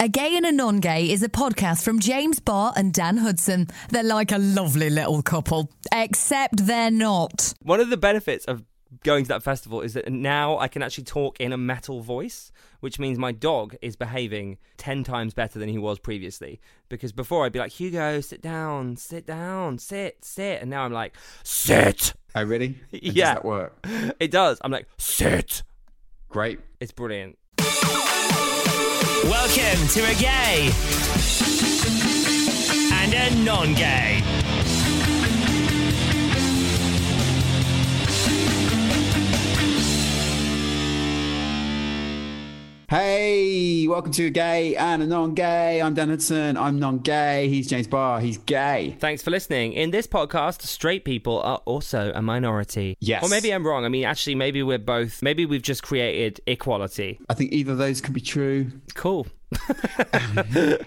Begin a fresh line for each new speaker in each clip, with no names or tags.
A Gay and a Non Gay is a podcast from James Barr and Dan Hudson. They're like a lovely little couple, except they're not.
One of the benefits of going to that festival is that now I can actually talk in a metal voice, which means my dog is behaving 10 times better than he was previously. Because before I'd be like, Hugo, sit down, sit down, sit, sit. And now I'm like, sit.
Oh, really? And
Yeah.
Does that work?
It does. I'm like, sit.
Great.
It's brilliant.
Welcome to a gay and a non gay.
Hey, welcome to Gay and a Non-Gay. I'm Dan Hudson. I'm non-gay. He's James Barr. He's gay.
Thanks for listening. In this podcast, straight people are also a minority.
Yes.
Or maybe I'm wrong. I mean, actually, maybe we're both, maybe we've just created equality.
I think either of those could be true.
Cool.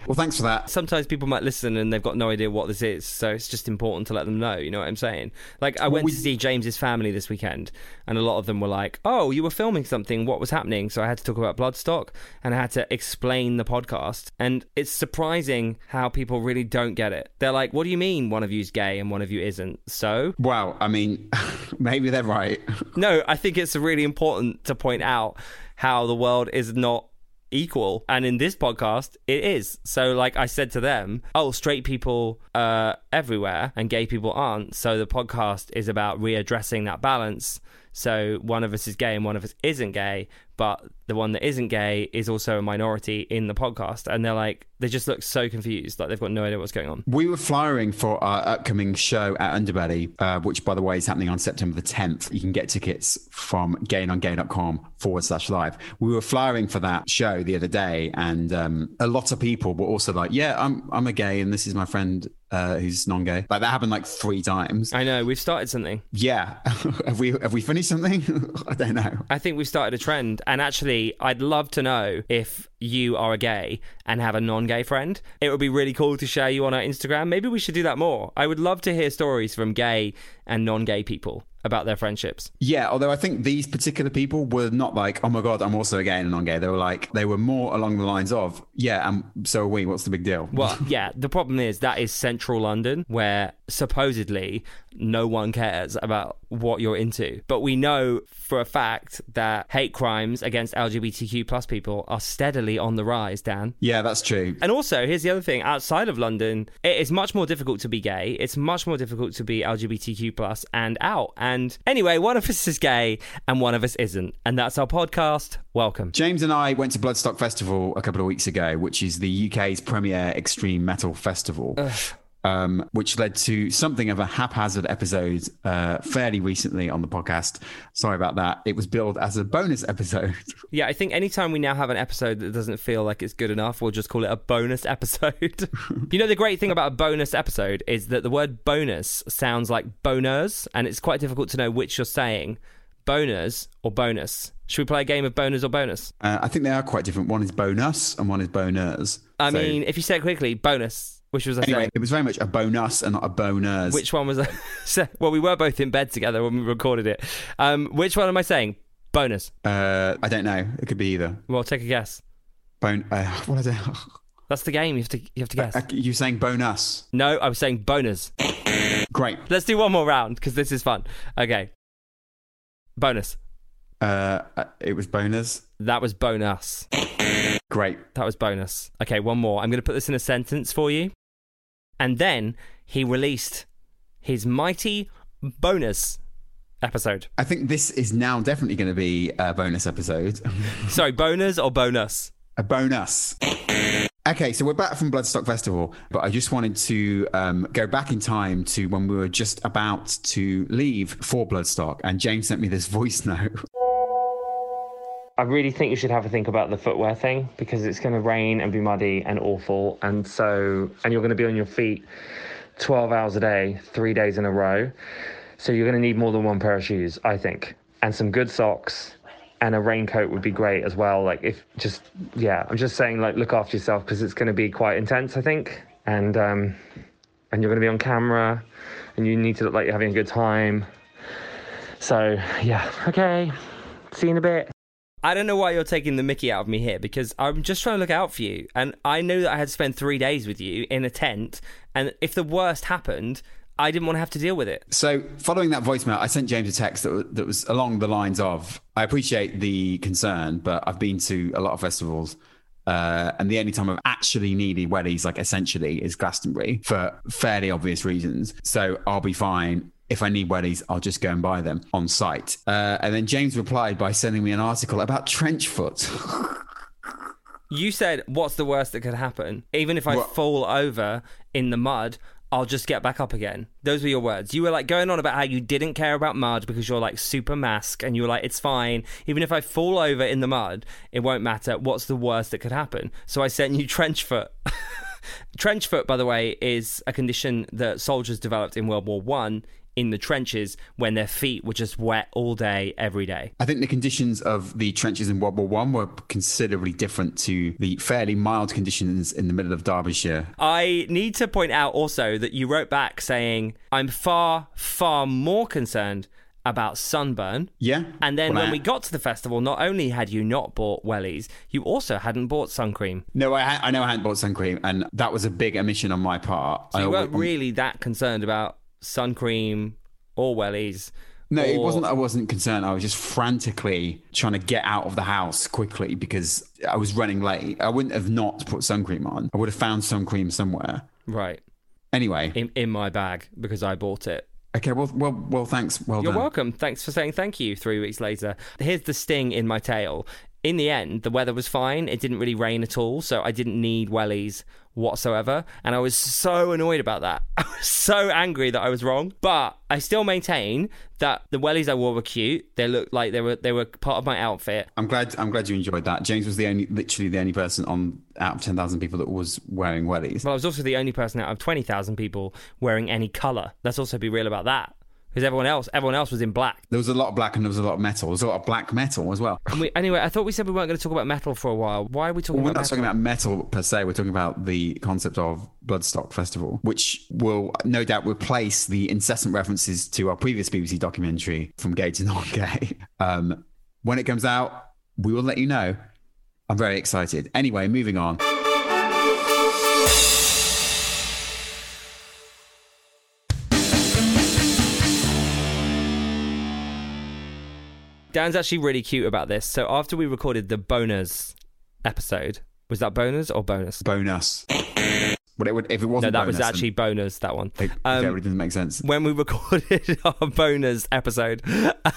Well, thanks for that.
sometimes people might listen and they've got no idea what this is, so it's just important to let them know. You know what I'm saying? Like, I went
we-
to see James's family this weekend, and a lot of them were like, "Oh, you were filming something. What was happening?" So I had to talk about Bloodstock, and I had to explain the podcast. And it's surprising how people really don't get it. They're like, "What do you mean one of you's gay and one of you isn't?" So
Well, I mean, maybe they're right.
no, I think it's really important to point out how the world is not equal and in this podcast it is so like i said to them oh straight people uh everywhere and gay people aren't so the podcast is about readdressing that balance so one of us is gay and one of us isn't gay but the one that isn't gay is also a minority in the podcast and they're like they just look so confused like they've got no idea what's going on
We were flyering for our upcoming show at Underbelly, uh, which, by the way, is happening on September the 10th. You can get tickets from gayandongay.com forward slash live. We were flyering for that show the other day, and um, a lot of people were also like, Yeah, I'm, I'm a gay, and this is my friend uh, who's non gay. Like, that happened like three times.
i know we've started something
yeah. have, we, have we finished something? I don't know.
I think we've started a trend. And actually, I'd love to know if you are a gay and have a non gay friend. It would be really cool to share you on our Instagram. Maybe we should do that more. I would love to hear stories from gay and non gay people about their friendships.
Yeah, although I think these particular people were not like, oh my God, I'm also a gay and a non gay. They were like, they were more along the lines of, yeah, and so are we. What's the big deal?
Well, yeah, the problem is that is central London where supposedly no one cares about what you're into. But we know for a fact that hate crimes against LGBTQ plus people are steadily on the rise, Dan.
Yeah, that's true.
And also, here's the other thing: outside of London, it is much more difficult to be gay. It's much more difficult to be LGBTQ plus and out. And anyway, one of us is gay and one of us isn't, and that's our podcast. Welcome.
James and I went to Bloodstock Festival a couple of weeks ago, which is the UK's premier extreme metal festival, um, which led to something of a haphazard episode uh, fairly recently on the podcast. Sorry about that. It was billed as a bonus episode.
Yeah, I think anytime we now have an episode that doesn't feel like it's good enough, we'll just call it a bonus episode. you know, the great thing about a bonus episode is that the word bonus sounds like boners, and it's quite difficult to know which you're saying, boners or bonus. Should we play a game of boners or bonus?
Uh, I think they are quite different. One is bonus and one is boners.
I
So,
mean, if you say it quickly, bonus. Which was I
Anyway,
saying?
it was very much a bonus and not a boners.
Which one was I? so, well, we were both in bed together when we recorded it. Um, which one am I saying? Bonus.
Uh, I don't know. It could be either.
Well, take a guess.
Bone. Uh, what is it?
That's the game. You have to. You have to guess.
You're saying bonus.
No, I was saying bonus.
Great.
Let's do one more round because this is fun. Okay. Bonus.
Uh, it was bonus.
That was bonus.
Great.
That was bonus. Okay, one more. I'm going to put this in a sentence for you. And then he released his mighty bonus episode.
I think this is now definitely going to be a bonus episode.
Sorry, bonus or bonus?
a bonus. Okay, so we're back from Bloodstock Festival, but I just wanted to um, go back in time to when we were just about to leave for Bloodstock, and James sent me this voice note.
I really think you should have a think about the footwear thing because it's going to rain and be muddy and awful. And so, and you're going to be on your feet 12 hours a day, three days in a row. So, you're going to need more than one pair of shoes, I think, and some good socks. And a raincoat would be great as well. Like, if just, yeah, I'm just saying, like, look after yourself because it's going to be quite intense, I think. And, um, and you're going to be on camera and you need to look like you're having a good time. So, yeah, okay. See you in a bit. I don't know why you're taking the mickey out of me here because I'm just trying to look out for you. And I know that I had to spend three days with you in a tent. And if the worst happened, I didn't want to have to deal with it.
So, following that voicemail, I sent James a text that, w- that was along the lines of I appreciate the concern, but I've been to a lot of festivals. Uh, and the only time I've actually needed wellies, like essentially, is Glastonbury for fairly obvious reasons. So, I'll be fine. If I need wellies, I'll just go and buy them on site. Uh, and then James replied by sending me an article about trench foot.
You said, What's the worst that could happen? Even if I fall over in the mud, I'll just get back up again. Those were your words. You were like going on about how you didn't care about mud because you're like super mask and you were like, It's fine. Even if I fall over in the mud, it won't matter. What's the worst that could happen? So I sent you trench foot. trench foot, by the way, is a condition that soldiers developed in World War One in the trenches when their feet were just wet all day, every day.
I think the conditions of the trenches in World War One were considerably different to the fairly mild conditions in the middle of Derbyshire
I need to point out also that you wrote back saying, I'm far, far more concerned about sunburn.
Yeah.
And then
Well,
when
I-
we got to the festival, not only had you not bought wellies, you also hadn't bought sun cream.
No, I, ha- I know I hadn't bought sun cream, and that was a big omission on my part. I
You weren't
al-
really that concerned about sun cream or wellies.
no, it
or-
wasn't. that I wasn't concerned. I was just frantically trying to get out of the house quickly because I was running late. I wouldn't have not put sun cream on. I would have found sun cream somewhere.
Right.
Anyway,
In, in my bag because I bought it.
okay. Well, well, well. Thanks. Well
You're
done.
welcome. Thanks for saying thank you three weeks later. Here's the sting in my tail. In the end, the weather was fine. It didn't really rain at all, so I didn't need wellies whatsoever. And I was so annoyed about that. I was so angry that I was wrong. But I still maintain that the wellies I wore were cute. They looked like they were they were part of my outfit.
I'm glad. I'm glad you enjoyed that. James was the only, literally the only person on out of ten thousand people that was wearing wellies.
But I was also the only person out of twenty thousand people wearing any colour. Let's also be real about that. Because everyone else everyone else was in black.
There was a lot of black and there was a lot of metal. There was a lot of black metal as well.
And we, anyway, I thought we said we weren't going to talk about metal for a while. Why are we talking
Well, we're
about
not
metal?
talking about metal per se. We're talking about the concept of Bloodstock Festival, which will no doubt replace the incessant references to our previous BBC documentary, From Gay to Non Gay. Um, when it comes out, we will let you know. I'm very excited. Anyway, moving on.
Dan's actually really cute about this. So after we recorded the bonus episode, was that bonus or bonus?
Bonus. But it would, if it
No,
wasn't
that was
bonus,
actually bonus. That one.
then It,
Um,
it really doesn't make sense.
when we recorded our bonus episode,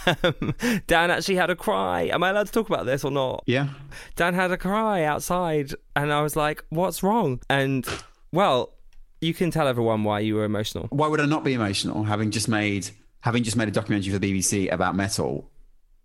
um, Dan actually had a cry. Am I allowed to talk about this or not?
Yeah.
Dan had a cry outside, and I was like, "What's wrong?" And well, you can tell everyone why you were emotional.
Why would I not be emotional having just made having just made a documentary for the BBC about metal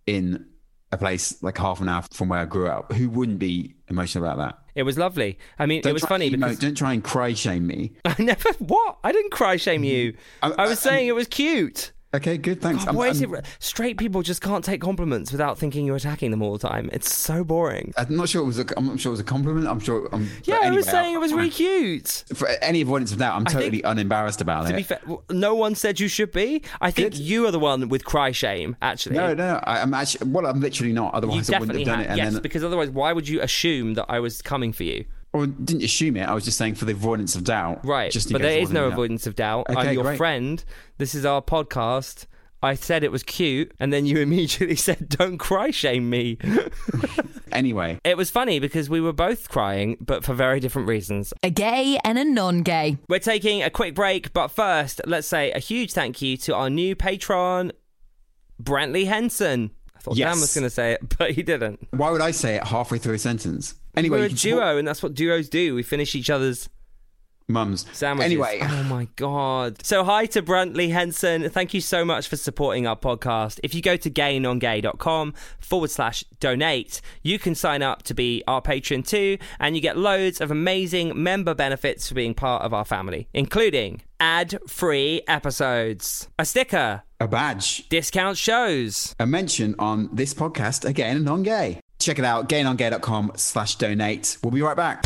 in a place like half an hour from where I grew up? Who wouldn't be emotional about that?
It was lovely. I mean,
Don't
it was
try
funny
and emo-
because
don't try and cry shame me.
I never what I didn't cry shame you.
I-
I was
I-
saying it was cute.
Okay, good. Thanks.
Why is it re- straight people just can't take compliments without thinking you're attacking them all the time? It's so boring.
I'm not sure it was. A, I'm not sure it was a compliment. I'm sure. I'm, but
Yeah, I was
anyway,
saying it was really cute.
For any avoidance of doubt, I'm
think-
totally unembarrassed about
To
it.
be fair, w- no one said you should be. I think you are the one with cry shame. Actually,
no, no, I, I'm actually. Well, I'm literally not.
you
Otherwise, I wouldn't
definitely
have done
have.
it. And
yes,
then,
because otherwise, why would you assume that I was coming for you?
or didn't assume it. I was just saying for the avoidance of doubt.
Right,
Just in
but
case
there
it
is no
wasn't enough.
avoidance of doubt. I'm
Okay,
your
great.
friend. This is our podcast. I said it was cute, and then you immediately said, "Don't cry shame me."
Anyway,
it was funny because we were both crying, but for very different reasons.
A gay and a non gay.
We're taking a quick break, but first, let's say a huge thank you to our new patron, Brantley Henson. I thought
Yes.
Dan was going to say it, but he didn't.
why would I say it halfway through a sentence? Anyway,
We're
you
a
can
duo,
support
and that's what duos do. We finish each other's
mums.
sandwiches.
Anyway,
Oh my God. So, hi to Brantley Henson. Thank you so much for supporting our podcast. If you go to gaynongay.com forward slash donate, you can sign up to be our patron too, and you get loads of amazing member benefits for being part of our family, including ad free episodes, a sticker,
a badge.
discount shows.
a mention on this podcast again and on gay. Check it out, gainongay.com slash donate. We'll be right back.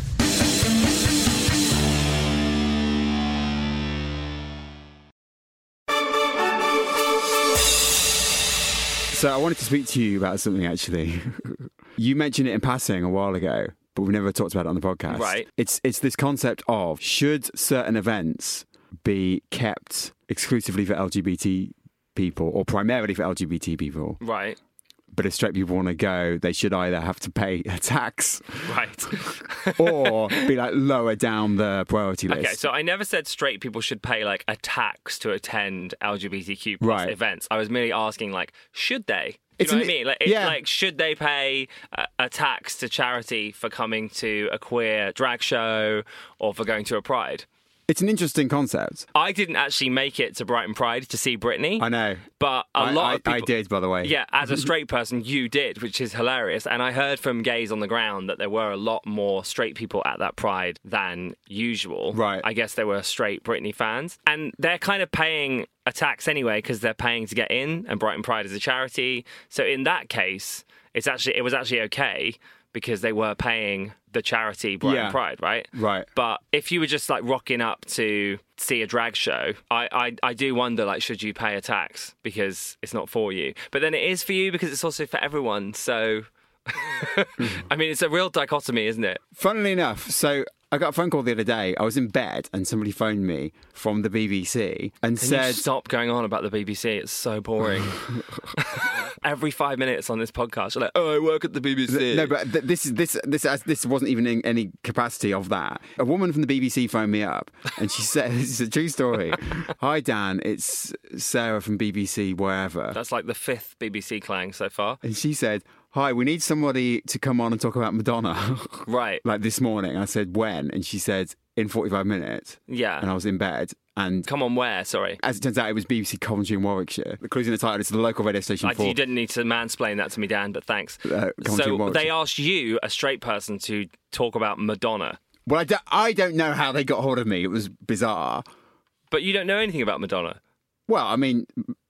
So I wanted to speak to you about something actually. you mentioned it in passing a while ago, but we've never talked about it on the podcast.
Right.
It's it's this concept of should certain events be kept exclusively for LGBT people or primarily for LGBT people,
Right.
but if straight people want to go, they should either have to pay a tax
Right.
or be like lower down the priority list.
Okay, so I never said straight people should pay like a tax to attend LGBTQ plus
Right.
events. I was merely asking like, should they? Do you
It's
know
an-
what I mean? Like, it's
yeah.
like, should they pay a, a tax to charity for coming to a queer drag show or for going to a pride?
it's an interesting concept.
I didn't actually make it to Brighton Pride to see Britney.
I know.
But a
I-
lot
I-
of people.
I did, by the way.
Yeah, as a straight person, you did, which is hilarious. And I heard from gays on the ground that there were a lot more straight people at that pride than usual.
Right.
I guess there were straight Britney fans. And they're kind of paying a tax anyway because they're paying to get in, and Brighton Pride is a charity. So in that case, it's actually it was actually okay because they were paying the charity Brighton
Yeah.
Pride, right?
Right.
But if you were just like rocking up to see a drag show, I, I, I do wonder like should you pay a tax because it's not for you, but then it is for you because it's also for everyone. So, I mean, it's a real dichotomy, isn't it?
Funnily enough, so I got a phone call the other day. I was in bed and somebody phoned me from the BBC and
Can you
said,
stop going on about the BBC? It's so boring. Every five minutes on this podcast, you're like, oh, I work at the BBC.
"No, but th- this is this this uh, this wasn't even in any capacity of that." A woman from the BBC phoned me up and she said, "This is a true story." Hi Dan, it's Sarah from BBC wherever,
That's like the fifth BBC clang so far.
and she said. Hi, we need somebody to come on and talk about Madonna.
Right.
like this morning, I said when, and she said in 45 minutes.
Yeah.
And I was in bed, and
Come on, where? Sorry.
As it turns out, it was BBC Coventry in Warwickshire. The clues in the title is the local radio station
I,
for.
you didn't need to mansplain that to me, Dan, but thanks.
Uh, come on, Jim,
so
what was
they
it?
asked you, a straight person, to talk about Madonna,
Well, I, do, not know how they got hold of me. It was bizarre.
but you don't know anything about Madonna.
Well, I mean,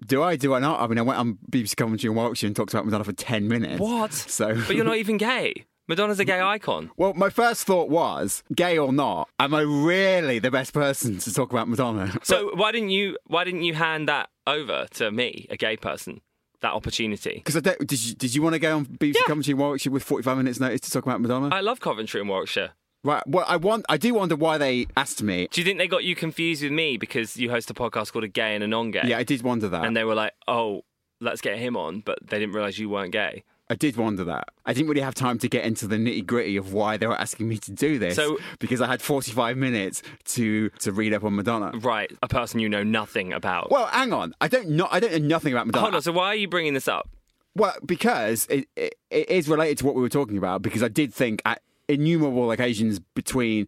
do I? Do I not? I mean, I went on BBC Coventry in Warwickshire and talked about Madonna for ten minutes.
What?
So, Mm.
But you're not even gay. Madonna's a gay icon.
well, my first thought was, gay or not, am I really the best person to talk about Madonna?
So why didn't you why didn't you hand that over to me, a gay person, that opportunity?
Because I don't. Did you, did you want to go on BBC Coventry in Warwickshire with forty-five minutes notice to talk about Madonna?
I love Coventry and Warwickshire.
right. Well, I want. I do wonder why they asked me.
Do you think they got you confused with me because you host a podcast called A Gay and a Non Gay?
Yeah, I did wonder that.
And they were like, oh, let's get him on, but they didn't realise you weren't gay.
I did wonder that. I didn't really have time to get into the nitty gritty of why they were asking me to do this.
So-
because I had 45 minutes to to read up on Madonna.
Right, a person you know nothing about.
Well, hang on. I don't know. I don't know nothing about Madonna.
Hold on, so why are you bringing this up?
Well, because it, it it is related to what we were talking about. Because I did think at innumerable occasions between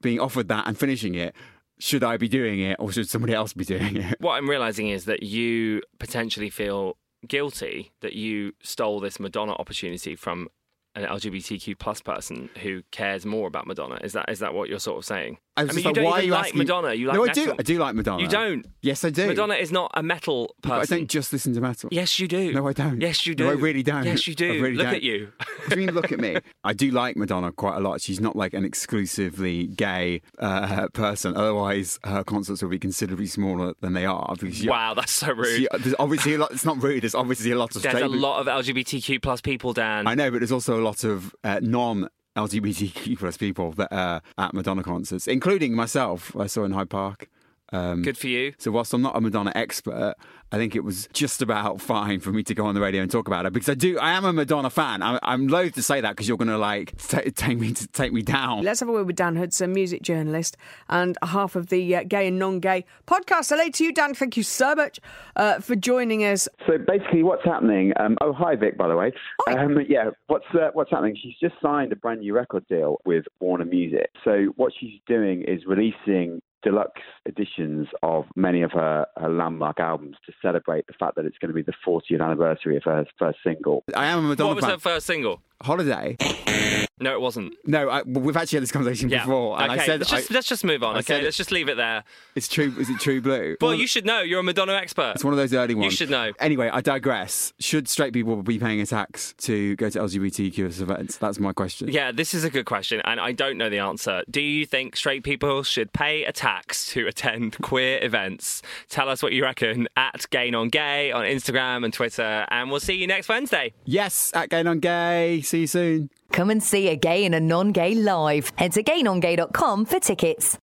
being offered that and finishing it, should I be doing it or should somebody else be doing it?
What I'm realizing is that you potentially feel guilty that you stole this Madonna opportunity from an LGBTQ plus person who cares more about Madonna. Is that is that what you're sort of saying?
I was
mean,
just
you
like,
don't
why
even
are you
like
asking?
Madonna. You like
no, I do.
metal.
I do like Madonna.
You don't.
Yes, I do.
Madonna is not a metal
But I
person.
don't just listen to metal.
Yes, you do.
No, I don't.
Yes, you do.
No, I really don't.
Yes, you do.
I really
Look
don't.
at you.
What do you mean look at me? I do like Madonna quite a lot. She's not like an exclusively gay uh, person. Otherwise, her concerts would be considerably smaller than they are. Because she-
Wow, that's so rude.
she- there's obviously, a lot, it's not rude. There's obviously a lot of
There's a
straight peop-
lot of LGBTQ plus people, Dan.
I know, but there's also a lot of uh, non. LGBTQ plus people that are at Madonna concerts, including myself. I saw in Hyde Park.
Good for you.
So whilst I'm not a Madonna expert, I think it was just about fine for me to go on the radio and talk about her because I do. I am a Madonna fan. I'm, I'm loath to say that because you're going to like t- take me to take me down.
Let's have a word with Dan Hudson, music journalist and half of the uh, Gay and Non-Gay podcast. Hello to you, Dan. Thank you so much uh, for joining us.
So basically, what's happening? Um, oh, hi Vic, by the way. Um, yeah, what's uh, what's happening? She's just signed a brand new record deal with Warner Music. So what she's doing is releasing deluxe editions of many of her, her landmark albums to celebrate the fact that it's going to be the 40th anniversary of her first single.
I am a Madonna
what was
fan.
her first single?
Holiday.
No, it wasn't.
No, I, well, we've actually had this conversation
Yeah.
before, and
okay.
I said
let's just,
I-
let's just move on.
I
okay,
said-
let's just leave it there.
it's true. Is it True Blue?
Well, you should know. You're a Madonna expert.
It's one of those early ones.
should know.
Anyway, I digress. Should straight people be paying a tax to go to LGBTQ events? That's my question.
Yeah, this is a good question, and I don't know the answer. Do you think straight people should pay a tax to attend queer events? Tell us what you reckon at Gain on Gay on Instagram and Twitter, and we'll see you next Wednesday.
Yes, at Gay Non Gay. See you soon.
Come and see a gay and a non gay live. Head to gaynongay.com for tickets.